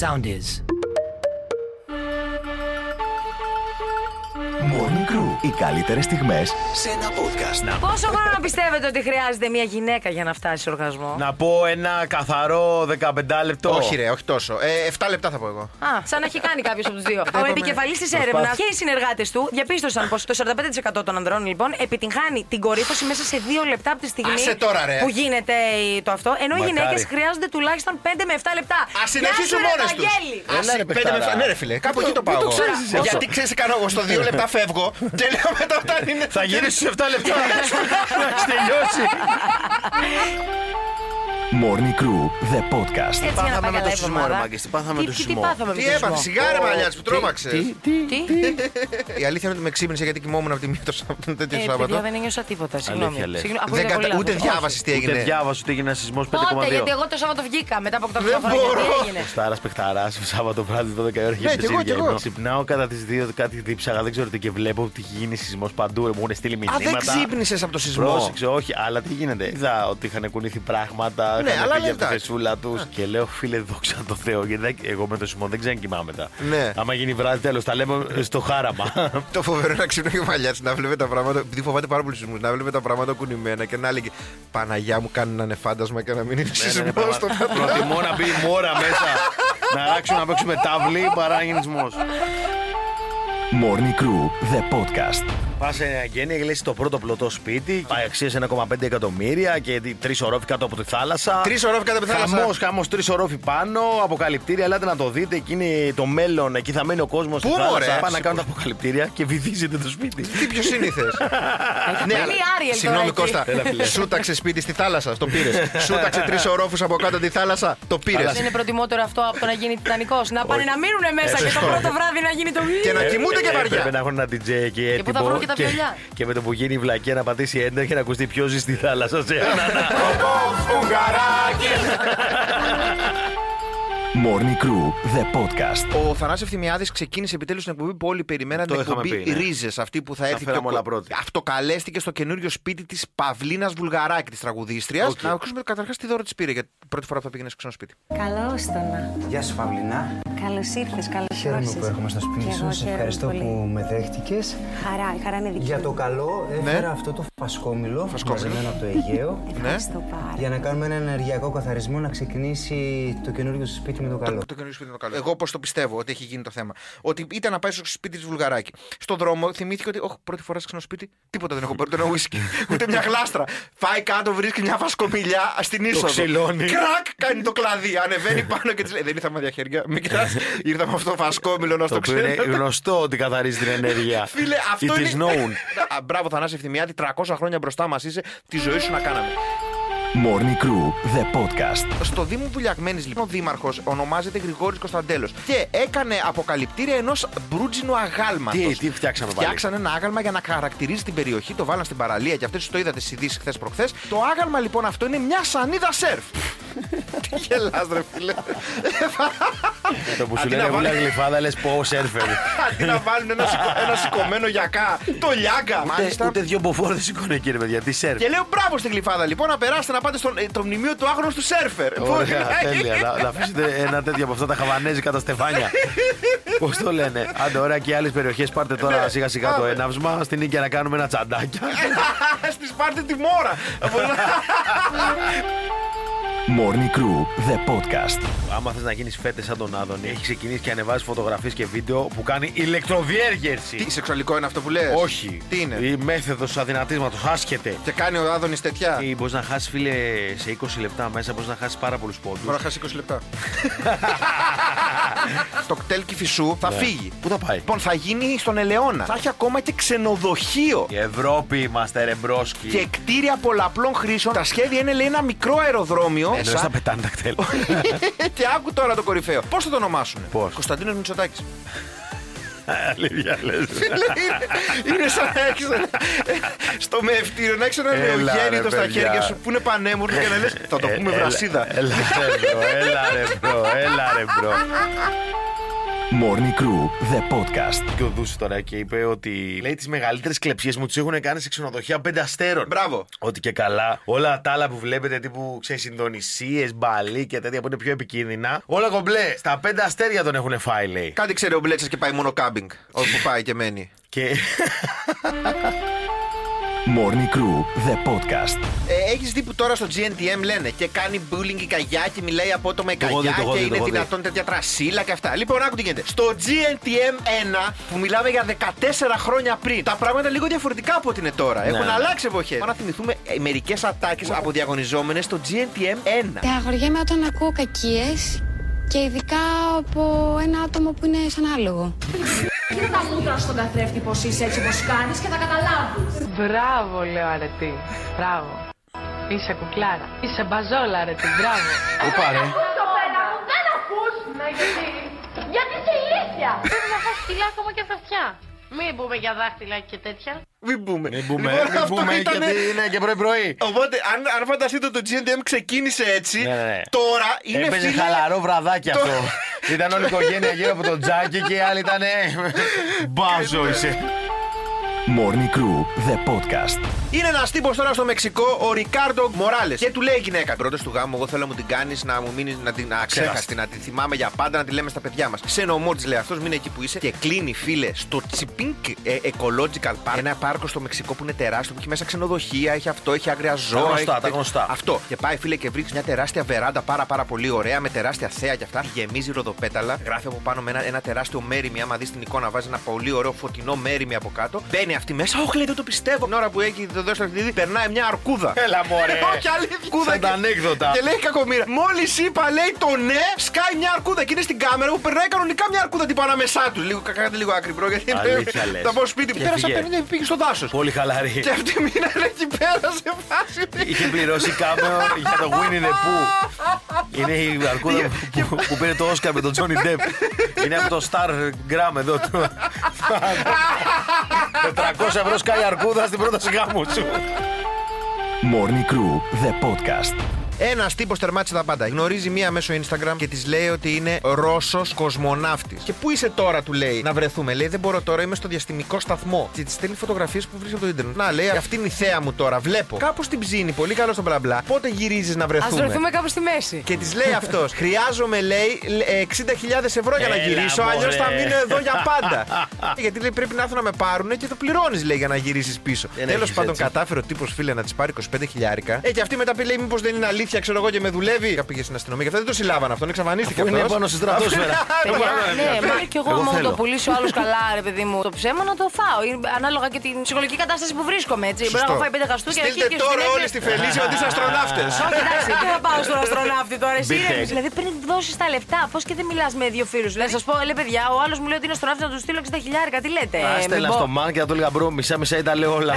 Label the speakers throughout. Speaker 1: sound is.
Speaker 2: Morning Crew. Οι καλύτερες στιγμές σε ένα podcast.
Speaker 3: Πόσο χρόνο πιστεύετε ότι χρειάζεται μια γυναίκα για να φτάσει σε οργασμό.
Speaker 4: Να πω ένα καθαρό 15 λεπτό.
Speaker 5: Όχι, ρε, όχι τόσο. Ε, 7 λεπτά θα πω εγώ.
Speaker 3: Α, σαν να έχει κάνει κάποιος από τους δύο. Ο
Speaker 5: είπαμε.
Speaker 3: επικεφαλής της έρευνα και οι συνεργάτες του διαπίστωσαν πως το 45% των ανδρών λοιπόν επιτυγχάνει την κορύφωση μέσα σε δύο λεπτά από τη στιγμή
Speaker 5: Άσε τώρα, ρε.
Speaker 3: που γίνεται η- το αυτό. Ενώ οι
Speaker 4: Μακάρι.
Speaker 3: γυναίκες χρειάζονται τουλάχιστον 5 με 7 λεπτά.
Speaker 5: Α συνεχίσουν μόνες τους.
Speaker 4: Έλα, ρε, παιχτάρα.
Speaker 5: Ναι, ρε φίλε, κάπου εκεί το πάω.
Speaker 4: το
Speaker 5: εγώ.
Speaker 4: ξέρεις εσύ αυτό.
Speaker 5: Γιατί ξέρει, κάνω εγώ στο 2 λεπτά φεύγω και λέω μετά όταν είναι.
Speaker 4: Θα γυρίσει σε 7 λεπτά. Να έχεις τελειώσει.
Speaker 2: Morning Crew, the podcast.
Speaker 3: Έτσι για να
Speaker 6: πάθαμε
Speaker 3: πάει
Speaker 6: με
Speaker 3: καλά
Speaker 6: το
Speaker 3: η
Speaker 6: σεισμό,
Speaker 3: εβδομάδα.
Speaker 6: ρε Μάγκες, τι πάθαμε με
Speaker 3: Τι-
Speaker 6: το
Speaker 3: τι- Τι
Speaker 6: σεισμό.
Speaker 3: πάθαμε με
Speaker 5: Τι
Speaker 3: το
Speaker 5: έπαθε,
Speaker 3: σεισμό.
Speaker 5: σιγάρε μαλλιάς που
Speaker 6: Τι,
Speaker 5: τρόμαξες.
Speaker 6: τι,
Speaker 3: Τι,
Speaker 5: Η αλήθεια είναι ότι με ξύπνησε γιατί κοιμόμουν από τη μία το Σάββατο τέτοιο
Speaker 3: ε, παιδιά,
Speaker 5: Σάββατο.
Speaker 3: δεν ένιωσα τίποτα. Συγγνώμη.
Speaker 4: λες.
Speaker 3: Συγγνώμη,
Speaker 5: Δεν
Speaker 3: ακούγεται
Speaker 5: κατα-
Speaker 3: πολύ
Speaker 5: Ούτε
Speaker 3: λάθος.
Speaker 5: διάβασες τι
Speaker 4: Ούτε
Speaker 5: έγινε.
Speaker 4: διάβασες ότι έγινε σεισμός 5,2.
Speaker 3: Πότε, γιατί εγώ το Σάββατο βγήκα μετά από 8
Speaker 5: Δεν
Speaker 3: χρόνια.
Speaker 5: μπορώ.
Speaker 3: Τι έγινε.
Speaker 4: Στάρα παιχταρά, Σάββατο βράδυ 12 ώρα
Speaker 5: Ναι,
Speaker 4: είχε
Speaker 5: κι εγώ, κι εγώ.
Speaker 4: Ξυπνάω κατά τις 2 κάτι δίψαγα, δεν ξέρω τι και βλέπω ότι έχει γίνει σεισμός παντού. ρε, Μου έχουν στείλει
Speaker 5: Α,
Speaker 4: μηνύματα.
Speaker 5: δεν ξύπνησες από το σεισμό.
Speaker 4: Πρόσεξε, όχι, αλλά τι γίνεται. Είδα ότι είχαν κουνήθει πράγματα,
Speaker 5: Ναι,
Speaker 4: είχαν
Speaker 5: αλλά
Speaker 4: φύγει
Speaker 5: δεν
Speaker 4: από τη
Speaker 5: τα-
Speaker 4: φεσούλα του. Και λέω, φίλε, δόξα τω Θεώ, γιατί δεν- εγώ με το σεισμό δεν ξανακοιμάμαι μετά.
Speaker 5: Ναι.
Speaker 4: Άμα γίνει βράδυ, τέλος, τα λέμε στο χάραμα.
Speaker 5: Το φοβερό είναι να ξυπνάει και μαλλιά να βλέπει τα πράγματα. Επειδή φοβάται πάρα πολύ σεισμού, να βλέπει τα πράγματα κουνημένα και να λέγει Παναγιά μου, κάνει να είναι φάντασμα και να μην είναι
Speaker 4: Ναι, ναι, ναι,
Speaker 5: σεισμό.
Speaker 4: πραγμα- Προτιμώ να μπει η μόρα μέσα. Να αλλάξουν να παίξουμε τάβλη παρά να γίνει σεισμό.
Speaker 2: Morning Crew, the podcast.
Speaker 4: Πας σε ένα γένεια, λες το πρώτο πλωτό σπίτι, αξίε 1,5 εκατομμύρια και τρεις ορόφοι κάτω από τη θάλασσα.
Speaker 5: Τρεις ορόφοι κάτω από τη θάλασσα.
Speaker 4: Χαμός, χαμός, τρεις ορόφοι πάνω, αποκαλυπτήρια. Ελάτε να το δείτε, εκεί είναι το μέλλον. Εκεί θα μένει ο κόσμος.
Speaker 5: Πού, μωρέ?
Speaker 4: Πάνε να κάνουν τα αποκαλυπτήρια και βυθίζετε το σπίτι.
Speaker 5: Τι πιο συνήθες.
Speaker 3: πάει η Άριελ τώρα
Speaker 5: Συγγνώμη
Speaker 3: εκεί.
Speaker 5: Κώστα. Σούταξε σπίτι στη θάλασσα, το πήρες. Σούταξε τρεις ορόφους από κάτω τη θάλασσα, το πήρες.
Speaker 3: Δεν είναι προτιμότερο αυτό από το να γίνει τιτανικός. Να πάνε
Speaker 4: Όχι.
Speaker 3: να μείνουν μέσα και το πρώτο βράδυ να γίνει το
Speaker 5: Ε, Και να
Speaker 3: μήνυμα.
Speaker 5: κοιμούνται και
Speaker 4: Ε, Πρέπει
Speaker 5: βαριά.
Speaker 4: να έχουν ένα DJ εκεί
Speaker 3: Και που θα
Speaker 4: έτοιμο
Speaker 3: βρουν και τα βιολιά.
Speaker 4: και με το που γίνει η βλακία να πατήσει enter και να ακουστεί πιο στη θάλασσα σε έναν
Speaker 2: Morning Crew, the podcast.
Speaker 5: Ο Θανάσης Ευθυμιάδης ξεκίνησε επιτέλους την εκπομπή που όλοι περιμέναν.
Speaker 4: Το
Speaker 5: Την
Speaker 4: είχαμε
Speaker 5: εκπομπή
Speaker 4: πει, ναι.
Speaker 5: Ρίζες, αυτή που θα έρθει
Speaker 4: φέραμε
Speaker 5: πιο
Speaker 4: όλα
Speaker 5: κο-
Speaker 4: πρώτη.
Speaker 5: Αυτοκαλέστηκε στο καινούριο σπίτι της Παυλίνας Βουλγαράκη, της τραγουδίστριας. Να ακούσουμε καταρχάς τι δώρο της πήρε, γιατί πρώτη φορά που θα πήγαινες σε ξένο σπίτι.
Speaker 7: Καλά όστονα.
Speaker 8: Γεια σου, Φαυλινά.
Speaker 7: Καλώς ήρθες, καλώς
Speaker 8: Χαίρομαι που έρχομαι στο σπίτι σου. Σε ευχαριστώ που με δέχτηκες.
Speaker 7: Χαρά, η χαρά είναι δική
Speaker 8: Για
Speaker 7: μου.
Speaker 8: το καλό,
Speaker 9: Ναι.
Speaker 8: έφερα αυτό το φασκόμηλο
Speaker 5: Φασκόμηλο.
Speaker 8: μαζεμένο από το Αιγαίο.
Speaker 7: Ευχαριστώ πάρα.
Speaker 8: για να κάνουμε ένα ενεργειακό καθαρισμό να ξεκινήσει το καινούργιο σου σπίτι με το καλό.
Speaker 5: Το καινούριο σπίτι είναι το καλό. Εγώ πώς το πιστεύω ότι έχει γίνει το θέμα. Ότι ήταν να πάει στο σπίτι της Βουλγαράκη. Στον δρόμο θυμήθηκε ότι, Όχι, πρώτη φορά σε ξένο σπίτι, τίποτα δεν έχω πάρει. Ούτε ένα ουίσκι, ούτε μια γλάστρα. Πάει κάτω, βρίσκει μια βασκομιλιά στην είσοδο.
Speaker 4: ξυλώνει.
Speaker 5: Κρακ, κάνει το κλαδί. Ανεβαίνει πάνω και της λέει: Δεν ήρθαμε διαχέρια. Μην κοιτά, ήρθαμε αυτό το βασκόμιλο να
Speaker 4: Το
Speaker 5: στο
Speaker 4: οποίο
Speaker 5: ξέρει.
Speaker 4: είναι γνωστό ότι καθαρίζει την ενέργεια.
Speaker 5: Φίλε, αυτό
Speaker 4: It
Speaker 5: είναι.
Speaker 4: is known.
Speaker 5: Α, Μπράβο, Θανάση Ευθυμιάδη, 300 χρόνια μπροστά μας είσαι. Τη ζωή σου να κάναμε.
Speaker 2: Morning Crew, the podcast.
Speaker 5: Στο Δήμο Βουλιαγμένης, λοιπόν, ο Δήμαρχος ονομάζεται Γρηγόρης Κωνσταντέλος και έκανε αποκαλυπτήρια ενός μπρούτζινου αγάλματος.
Speaker 4: Τι- τι φτιάξαμε πάλι?
Speaker 5: Φτιάξανε ένα άγαλμα για να χαρακτηρίζει την περιοχή, το βάλαν στην παραλία και αυτές το είδατε στις ειδήσεις χθες προχθές. Το άγαλμα λοιπόν αυτό είναι μια σανίδα σερφ. Τι γελάς ρε φίλε.
Speaker 4: Το που σου
Speaker 5: Αντί
Speaker 4: λένε
Speaker 5: να
Speaker 4: βούλα
Speaker 5: βάλει-
Speaker 4: γλυφάδα λες πώ σερφερ.
Speaker 5: Αντί να βάλουν ένα, σηκω- ένα σηκωμένο γιακά, το λιάγκα. Μάλιστα.
Speaker 4: Ούτε δύο μποφόρ δεν σηκώνει κύριε παιδιά. Τι σερφ.
Speaker 5: Και λέω μπράβο στην γλυφάδα λοιπόν να περάσετε να πάτε στο το μνημείο του άγνωστου σερφερ.
Speaker 4: Ωραία,
Speaker 5: Που-
Speaker 4: τέλεια. να, να αφήσετε ένα τέτοιο από αυτά τα χαβανέζικα τα στεφάνια. Πώς το λένε. Άντε, ωραία και άλλες περιοχές. Πάρτε τώρα σιγά σιγά το
Speaker 5: πάμε.
Speaker 4: έναυσμα. Στην οίκια να κάνουμε ένα τσαντάκι.
Speaker 5: Στη Σπάρτη τη μόρα. Μπορεί να-
Speaker 2: Morning Crew, the podcast.
Speaker 4: Άμα θες να γίνεις φέτε σαν τον Άδωνη, έχεις ξεκινήσει και ανεβάζει φωτογραφίες και βίντεο που κάνει ηλεκτροδιέργερση.
Speaker 5: Τι σεξουαλικό είναι αυτό που λες
Speaker 4: Όχι.
Speaker 5: Τι είναι.
Speaker 4: Η μέθοδος αδυνατίσματος. Άσχεται.
Speaker 5: Και κάνει ο Άδωνης τέτοια.
Speaker 4: Ή μπορείς να χάσεις, φίλε, σε 20 λεπτά μέσα, μπορείς να χάσεις πάρα πολλούς πόντους.
Speaker 5: Μπορεί να χάσει 20 λεπτά. το κτέλ κυφισού θα φύγει.
Speaker 4: Πού θα πάει.
Speaker 5: Λοιπόν, θα γίνει στον Ελαιώνα. Ναι. Θα έχει ακόμα και ξενοδοχείο.
Speaker 4: Η Ευρώπη είμαστε ρε μπρόσκι. Ε,
Speaker 5: Και κτίρια πολλαπλών χρήσεων. Τα σχέδια είναι λέει ένα μικρό αεροδρόμιο.
Speaker 4: Εννοείς να πετάνε τα κτέλ.
Speaker 5: και άκου τώρα το κορυφαίο. Πώς θα το ονομάσουν,
Speaker 4: Πώς?
Speaker 5: Κωνσταντίνος Μητσοτάκης.
Speaker 4: Αλήθεια λες.
Speaker 5: είναι σαν να έχεις στο μεευτήριο να έχεις ένα
Speaker 4: Έλα, ρε,
Speaker 5: νεογέννητο στα
Speaker 4: παιδιά.
Speaker 5: χέρια σου που είναι πανέμορφο και να λες. Θα το
Speaker 4: Ε,
Speaker 5: πούμε
Speaker 4: έλα,
Speaker 5: βρασίδα.
Speaker 4: Έλα ρε μπρο, έλα ρε μπρο, έλα ρε μπρο.
Speaker 2: Morning Crew, the podcast.
Speaker 4: Και ο Δούση τώρα και είπε ότι λέει τις μεγαλύτερες κλεψίε μου τι έχουν κάνει σε ξενοδοχεία πέντε αστέρων.
Speaker 5: Μπράβο.
Speaker 4: Ότι και καλά όλα τα άλλα που βλέπετε τύπου ξέρεις Ινδονησίες, Μπαλί και τέτοια που είναι πιο επικίνδυνα. Όλα κομπλέ. Στα πέντε αστέρια τον έχουν φάει λέει.
Speaker 5: Κάτι ξέρει ο Μπλέτσας και πάει μόνο κάμπινγκ. Όπου πάει και μένει.
Speaker 4: Και
Speaker 2: Morning Crew, the podcast.
Speaker 5: Ε, Έχεις δει που τώρα στο GNTM λένε και κάνει bullying η καγιά και μιλάει απότομα η
Speaker 4: Το έχω δει,
Speaker 5: καγιά
Speaker 4: το έχω
Speaker 5: και
Speaker 4: δει, το
Speaker 5: είναι
Speaker 4: έχω δει.
Speaker 5: δυνατόν τέτοια τρασίλα και αυτά. Λοιπόν, άκου τι γίνεται. Στο GNTM 1 που μιλάμε για 14 χρόνια πριν, τα πράγματα λίγο διαφορετικά από ό,τι είναι τώρα. Έχουν αλλάξει εποχές. Τώρα Ναι. να θυμηθούμε μερικές ατάκες από διαγωνιζόμενες στο GNTM 1.
Speaker 1: Αγοριέμαι όταν ακούω κακίες και ειδικά από ένα άτομο που είναι σαν άλογο.
Speaker 6: Κοίτα τα μούτρα στον καθρέφτη πως είσαι έτσι πως κάνεις και θα καταλάβεις.
Speaker 10: Μπράβο, λέω αρετή. Μπράβο. Είσαι κουκλάρα. Είσαι μπαζόλα, αρετή. Μπράβο.
Speaker 6: Το πένα μου δεν ακούς. Ναι, γιατί. Γιατί είσαι ηλίθια.
Speaker 1: Πρέπει να φας φυλά ακόμα και στα αυτιά. Μην πούμε για δάχτυλα και τέτοια.
Speaker 5: Μην μπούμε.
Speaker 4: μην πούμε,
Speaker 5: Λοιπόν,
Speaker 4: μην
Speaker 5: αυτό
Speaker 4: πούμε
Speaker 5: ήτανε-
Speaker 4: γιατί είναι και πρωί-πρωί.
Speaker 5: Οπότε, αν, αν φανταστείτε ότι το GNTM ξεκίνησε έτσι,
Speaker 4: Ναι, ναι, ναι.
Speaker 5: τώρα είναι
Speaker 4: Έπαιζε
Speaker 5: φίλε-
Speaker 4: χαλαρό βραδάκι
Speaker 5: Το-
Speaker 4: αυτό. Ήταν όλη η οικογένεια γύρω από τον Τζάκι και οι άλλοι ήταν. Μπάζο είσαι.
Speaker 2: Morning Crew, the podcast.
Speaker 5: Είναι ένας τύπος τώρα στο Μεξικό, ο Ρικάρντο Μοράλες. Και του λέει η γυναίκα: Πρώτος του γάμου, εγώ θέλω να μου την κάνεις να μου μείνεις να την αξέχαστη, να τη θυμάμαι για πάντα, να τη λέμε στα παιδιά μας. Σε νομό τη λέει αυτός, μείνε εκεί που είσαι. Και κλείνει, φίλε, στο Τσιπίνκ ε, Ecological Park. Ένα πάρκο στο Μεξικό που είναι τεράστιο, που έχει μέσα ξενοδοχεία, έχει αυτό, έχει άγρια ζώα.
Speaker 4: γνωστά,
Speaker 5: έχει
Speaker 4: τα
Speaker 5: τέτοιο.
Speaker 4: γνωστά.
Speaker 5: Αυτό. Και πάει, φίλε, και βρίσκει μια τεράστια βεράντα πάρα πάρα πολύ ωραία, με τεράστια θέα και αυτά. Γεμίζει ροδοπέταλα, γράφει από πάνω με ένα, ένα τεράστιο μέρημι. Άμα δεις την εικόνα, βάζει ένα πολύ ωραίο φωτεινό μέρημι από κάτω. Μπαίνει αυτή μέσα, όχι λέει, δεν το πιστεύω. Την ώρα που έχει το δώσει το παιχνίδι, περνάει μια αρκούδα. Ε,
Speaker 4: Έλα, μωρέ.
Speaker 5: Όχι, αλήθεια. αρκούδα
Speaker 4: Σαν τα
Speaker 5: και-
Speaker 4: ανέκδοτα.
Speaker 5: Και λέει κακομοίρα. Μόλις είπα, λέει το ναι, σκάει μια αρκούδα και είναι στην κάμερα που περνάει κανονικά μια αρκούδα την ανάμεσά τους. Λίγο κακάτε λίγο άκρη, μπρο, γιατί
Speaker 4: Αλήθεια λες.
Speaker 5: θα πάω σπίτι μου.
Speaker 4: Και
Speaker 5: Πέρασα
Speaker 4: φύγε.
Speaker 5: 50 πήγε στο δάσος.
Speaker 4: Πολύ χαλαρή.
Speaker 5: Και αυτή μείνανε εκεί πέρα σε φάση.
Speaker 4: Είχε πληρώσει κάποιο για το Winnie the Pooh. Είναι η αρκούδα που, που, που πήρε το Όσκαρ με τον Τζόνι Ντεπ. Είναι από το Star Gram εδώ. του. 400 ευρώ σκάει η αρκούδα στην πρόταση γάμου σου.
Speaker 2: Morning Crew, the podcast.
Speaker 5: Ένας τύπος τερμάτισε τα πάντα. Γνωρίζει μία μέσω Instagram και της λέει ότι είναι Ρώσος κοσμοναύτης. Και πού είσαι τώρα, του λέει, να βρεθούμε. Λέει, δεν μπορώ τώρα, είμαι στο διαστημικό σταθμό. Και της στέλνει φωτογραφίες που βρίσκει από το Ιντερνετ. Να λέει, αυτή είναι η θέα μου τώρα, βλέπω. Κάπως την ψήνει, πολύ καλό στο μπλα μπλα. Πότε γυρίζεις να
Speaker 3: Ας
Speaker 5: βρεθούμε.
Speaker 3: βρεθούμε κάπου στη μέση.
Speaker 5: Και της λέει αυτός: Χρειάζομαι, λέει, ε, 60.000 ευρώ για να
Speaker 4: Έλα,
Speaker 5: γυρίσω. Αλλιώς θα
Speaker 4: μωρέ.
Speaker 5: μείνω εδώ για πάντα. Γιατί λέει πρέπει να έρθουν να με πάρουν και το πληρώνεις, λέει, για να γυρίσεις πίσω.
Speaker 4: Δεν
Speaker 5: Τέλος
Speaker 4: έχεις
Speaker 5: πάντων,
Speaker 4: έτσι.
Speaker 5: κατάφερε ο τύπος φίλε να της πάρει 25 χιλιάρικα. Ε, και αυτή μετά πει, λέει, Μήπως δεν είναι αλήθεια, ξέρω εγώ και με δουλεύει. Και πήγε στην αστυνομία και αυτά δεν το συλλάβαν αυτόν, εξαφανίστηκε
Speaker 4: Που είναι
Speaker 5: αυτός. Ε,
Speaker 4: πάνω στη στρατόσφαιρα.
Speaker 3: Παιδιά, Ναι, μα και εγώ άμα μου
Speaker 4: θέλω.
Speaker 3: το πουλήσω άλλο καλά, ρε παιδί μου, το ψέμα να το φάω. Είναι Ανάλογα και την ψυχολογική κατάσταση που βρίσκομαι. Έτσι. Μπορεί να
Speaker 5: Σωστό.
Speaker 3: έχω φάει πέντε χαστούκια εκεί
Speaker 5: Στείλτε
Speaker 3: και στην
Speaker 5: τώρα
Speaker 3: έξι-
Speaker 5: όλοι στη Φελίσια ότι είσαι αστροναύτες.
Speaker 3: Όχι, εντάξει, πού θα πάω στον αστροναύτη τώρα, εσύ
Speaker 4: Big
Speaker 3: ήρεμη.
Speaker 4: take.
Speaker 3: Δηλαδή πριν δώσεις τα λεφτά, πώς και δεν μιλάς με δύο φίλους. Δηλαδή, σας πω, λέει παιδιά, ο άλλος μου λέει ότι είναι αστροναύτη να του στείλω 60 χιλιάρικα, τι λέτε.
Speaker 5: ναι.
Speaker 4: Α,
Speaker 3: ε,
Speaker 4: Στέλνα
Speaker 3: μην πω.
Speaker 4: στο Μαν και θα του έλεγα μπρο, μισά μισά ήταν λέω όλα.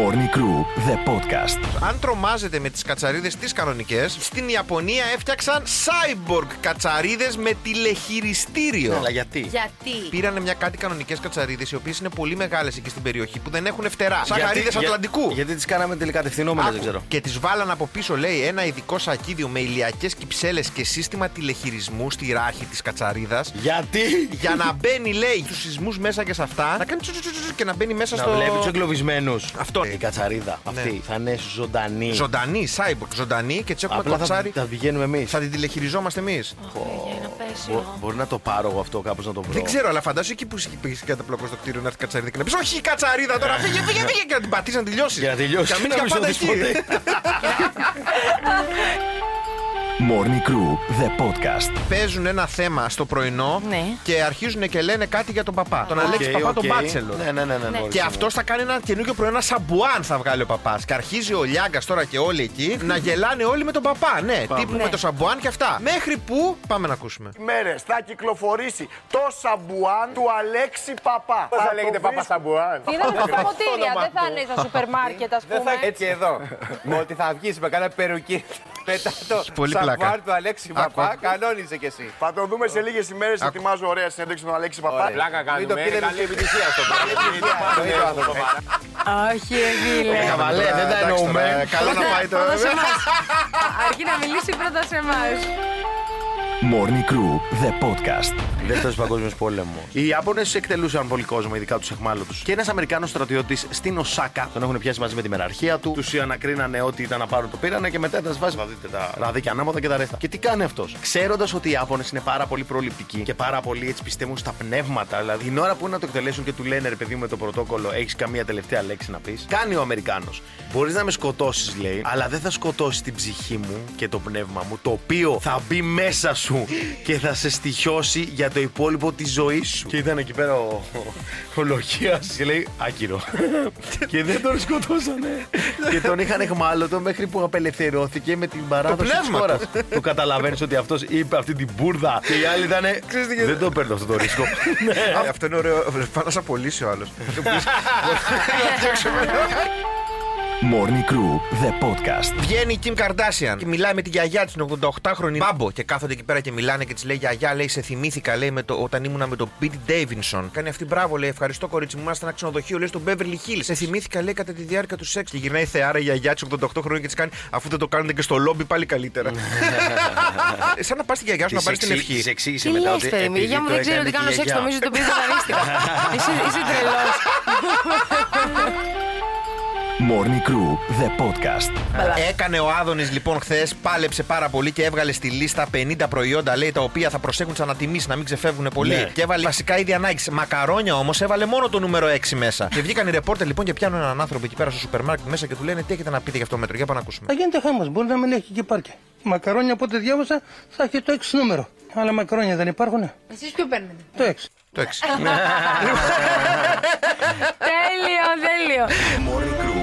Speaker 2: Morning Crew, the podcast.
Speaker 5: Αν τρομάζετε με τις κατσαρίδες τις κανονικές, στην Ιαπωνία έφτιαξαν cyborg κατσαρίδες με τηλεχειριστήριο.
Speaker 4: Αλλά γιατί.
Speaker 3: Γιατί.
Speaker 5: Πήρανε μια κάτι κανονικές κατσαρίδες, οι οποίες είναι πολύ μεγάλες εκεί στην περιοχή που δεν έχουν φτερά. Σαν
Speaker 4: Γιατί-
Speaker 5: χαρίδες
Speaker 4: για-
Speaker 5: Ατλαντικού.
Speaker 4: Γιατί τις κάναμε τελικά τευθυνόμενες,
Speaker 5: Άκου.
Speaker 4: δεν ξέρω.
Speaker 5: Και τις βάλαν από πίσω, λέει, ένα ειδικό σακίδιο με ηλιακές κυψέλες και σύστημα τηλεχειρισμού στη ράχη της κατσαρίδας.
Speaker 4: Γιατί.
Speaker 5: για να μπαίνει, λέει, στους σεισμούς μέσα και σε αυτά. Να κάνει τσου- τσου- τσου- τσου και να μπαίνει μέσα
Speaker 4: Να
Speaker 5: στο.
Speaker 4: βλέπει τους εγκλωβισμένους.
Speaker 5: Αυτό. Ναι.
Speaker 4: Η κατσαρίδα. Αυτή θα είναι ζωντανή.
Speaker 5: Ζωντανή, cyborg, ζωντανή και τι έχουμε
Speaker 4: Απλά θα,
Speaker 5: κοτσάρι.
Speaker 4: θα πηγαίνουμε εμείς.
Speaker 5: Θα την τηλεχειριζόμαστε εμείς.
Speaker 4: Μπορεί να το πάρω εγώ αυτό κάπως να το βρω.
Speaker 5: Δεν ξέρω, αλλά φαντάζομαι εκεί που είσαι πήγε καταπλοκός στο κτίριο να έρθει η κατσαρίδα και να πεις Όχι, η κατσαρίδα τώρα, φύγε, φύγε, φύγε και να την πατήσεις να τελειώσει.
Speaker 4: Ναι. Για να τελειώσει.
Speaker 5: Και να μείνει για
Speaker 4: Να μην
Speaker 5: πάντα
Speaker 4: σωθείς
Speaker 5: εκεί.
Speaker 4: ποτέ.
Speaker 2: Morning Crew, the podcast.
Speaker 5: Παίζουν ένα θέμα στο πρωινό
Speaker 3: Ναι.
Speaker 5: και αρχίζουν και λένε κάτι για τον παπά. Τον Αλέξη
Speaker 4: Οκ,
Speaker 5: Παπά,
Speaker 4: οκ.
Speaker 5: τον Μπάτσελο.
Speaker 4: Ναι, ναι, ναι. ναι, μπορείς
Speaker 5: Και
Speaker 4: να
Speaker 5: αυτό θα κάνει ένα καινούργιο πρωινό, ένα σαμπουάν θα βγάλει ο παπάς. Και αρχίζει ο Λιάγκας τώρα και όλοι εκεί να γελάνε όλοι με τον παπά. Ναι, τύπου με το σαμπουάν και αυτά. Μέχρι που. Πάμε να ακούσουμε.
Speaker 11: μέρες θα κυκλοφορήσει το σαμπουάν του Αλέξη Παπά. Πώς θα λέγεται Παπά σαμπουάν.
Speaker 6: Είναι με κομμωτήρια, δεν θα είναι στα σούπερ μάρκετ ας πούμε.
Speaker 11: Έτσι εδώ. με ότι θα βγεις με κάνα περουκί. Μετά το
Speaker 5: Πολύ πλάκα.
Speaker 11: σαμπουάν του Αλέξη
Speaker 5: Άκου,
Speaker 11: Παπά,
Speaker 5: άκου.
Speaker 11: κανόνισε κι εσύ.
Speaker 12: Θα το δούμε σε λίγες ημέρες. Ετοιμάζω ωραία συνέντευξη με τον Αλέξη Παπά.
Speaker 11: Πλάκα κάνουμε. Μην
Speaker 5: ε,
Speaker 11: το πείτε καλή επιτυχία αυτό.
Speaker 3: Όχι, Εγίλε.
Speaker 11: Ε,
Speaker 4: Καβαλέ, δεν τα εννοούμε.
Speaker 5: Καλά να πάει
Speaker 3: Πρώτα
Speaker 5: τώρα.
Speaker 3: σε εμά. Αρκεί να μιλήσει πρώτα σε εμάς.
Speaker 2: Morning Crew, the podcast.
Speaker 4: Δεύτερο Παγκόσμιος Πόλεμος. Οι Ιάπωνες εκτελούσαν πολύ κόσμο, ειδικά τους εχμάλωτους. Και ένας Αμερικάνος στρατιώτης στην Οσάκα τον έχουν πιάσει μαζί με τη μεραρχία του. Τους ανακρίνανε ότι ήταν να πάρουν το πήρανε και μετά ήταν σβάσει. Θα δείτε τα ραδίκια ανάμοθα και τα ρέστα. Και τι κάνει αυτός. Ξέροντας ότι οι Ιάπωνες είναι πάρα πολύ προληπτικοί και πάρα πολύ έτσι πιστεύουν στα πνεύματα. Δηλαδή την ώρα που είναι να το εκτελέσουν και του λένε ρε παιδί μου με το πρωτόκολλο, έχεις καμία τελευταία λέξη να πεις. Κάνει ο Αμερικάνος. Μπορείς να με σκοτώσεις, λέει, αλλά δεν θα σκοτώσεις την ψυχή μου και το πνεύμα μου, το οποίο θα μπει μέσα σου και θα σε στοιχιώσει για το υπόλοιπο της ζωής σου. Και ήταν εκεί πέρα ο, ο, ο Λοχίας και λέει Άκυρο. και δεν τον σκοτώσανε. και τον είχαν εχμάλωτο μέχρι που απελευθερώθηκε με την παράδοση της
Speaker 5: πνεύμα
Speaker 4: χώρας.
Speaker 5: του.
Speaker 4: το καταλαβαίνεις ότι αυτός είπε αυτή την μπουρδα και οι άλλοι Ναι, ήταν. δεν το παίρνω αυτό το ρίσκο.
Speaker 5: Α, Ε, Αυτό είναι ωραίο. Πάνω να απολύσει ο άλλος.
Speaker 2: Morning Crew, the podcast.
Speaker 5: Βγαίνει η Kim Kardashian και μιλάει με τη γιαγιά της, την 88χρονη μπάμπο. Και κάθονται εκεί πέρα και μιλάνε και της λέει: Γιαγιά, λέει, σε θυμήθηκα, λέει, με το, όταν ήμουνα με τον Pete Davidson. Κάνει αυτή μπράβο, λέει, ευχαριστώ κορίτσι μου, ήμασταν ένα ξενοδοχείο, λέει, στον Beverly Hills. Σε θυμήθηκα, λέει, κατά τη διάρκεια του σεξ. Και γυρνάει η θεάρα η γιαγιά της 88χρονη και της κάνει: Αφού δεν το κάνετε και στο λόμπι, πάλι καλύτερα. Σαν να πας στη γιαγιά σου να πάρεις την
Speaker 4: Τη
Speaker 5: ευχή.
Speaker 4: εξήγησε
Speaker 3: Τι
Speaker 4: μετά.
Speaker 3: λες,
Speaker 4: ότι
Speaker 3: παιδί μου, η
Speaker 4: επειδή
Speaker 3: γιαγιά μου
Speaker 4: το
Speaker 3: δεν ξέρει ότι
Speaker 4: έκανε και η
Speaker 3: κάνω σεξ,
Speaker 4: γιαγιά.
Speaker 3: νομίζω ότι τον πήρε δανείστηκα. Είσαι, είσαι τρελός.
Speaker 2: Morning Crew, the podcast.
Speaker 5: Έκανε ο Άδωνης λοιπόν χθες, πάλεψε πάρα πολύ και έβγαλε στη λίστα 50 προϊόντα λέει τα οποία θα προσέχουν τις ανατιμήσεις να μην ξεφεύγουν πολύ.
Speaker 4: Ναι.
Speaker 5: Και έβαλε βασικά ήδη ανάγκης. Μακαρόνια όμως έβαλε μόνο το νούμερο 6 μέσα. και βγήκαν οι ρεπόρτερ λοιπόν και πιάνουν έναν άνθρωπο εκεί πέρα στο σούπερ μάρκετ μέσα και του λένε τι έχετε να πείτε για αυτό το μέτρο. Για πάμε να ακούσουμε.
Speaker 9: Θα γίνεται χάμος. Μπορεί να μην έχει και πάρκε. Μακαρόνια από ό,τι διάβασα θα έχει το 6 νούμερο. Αλλά μακαρόνια δεν υπάρχουνε.
Speaker 6: Εσείς ποιο παίρνετε.
Speaker 9: Το 6.
Speaker 5: Το 6.
Speaker 3: Τέλειο, τέλειο.
Speaker 2: Morning Crew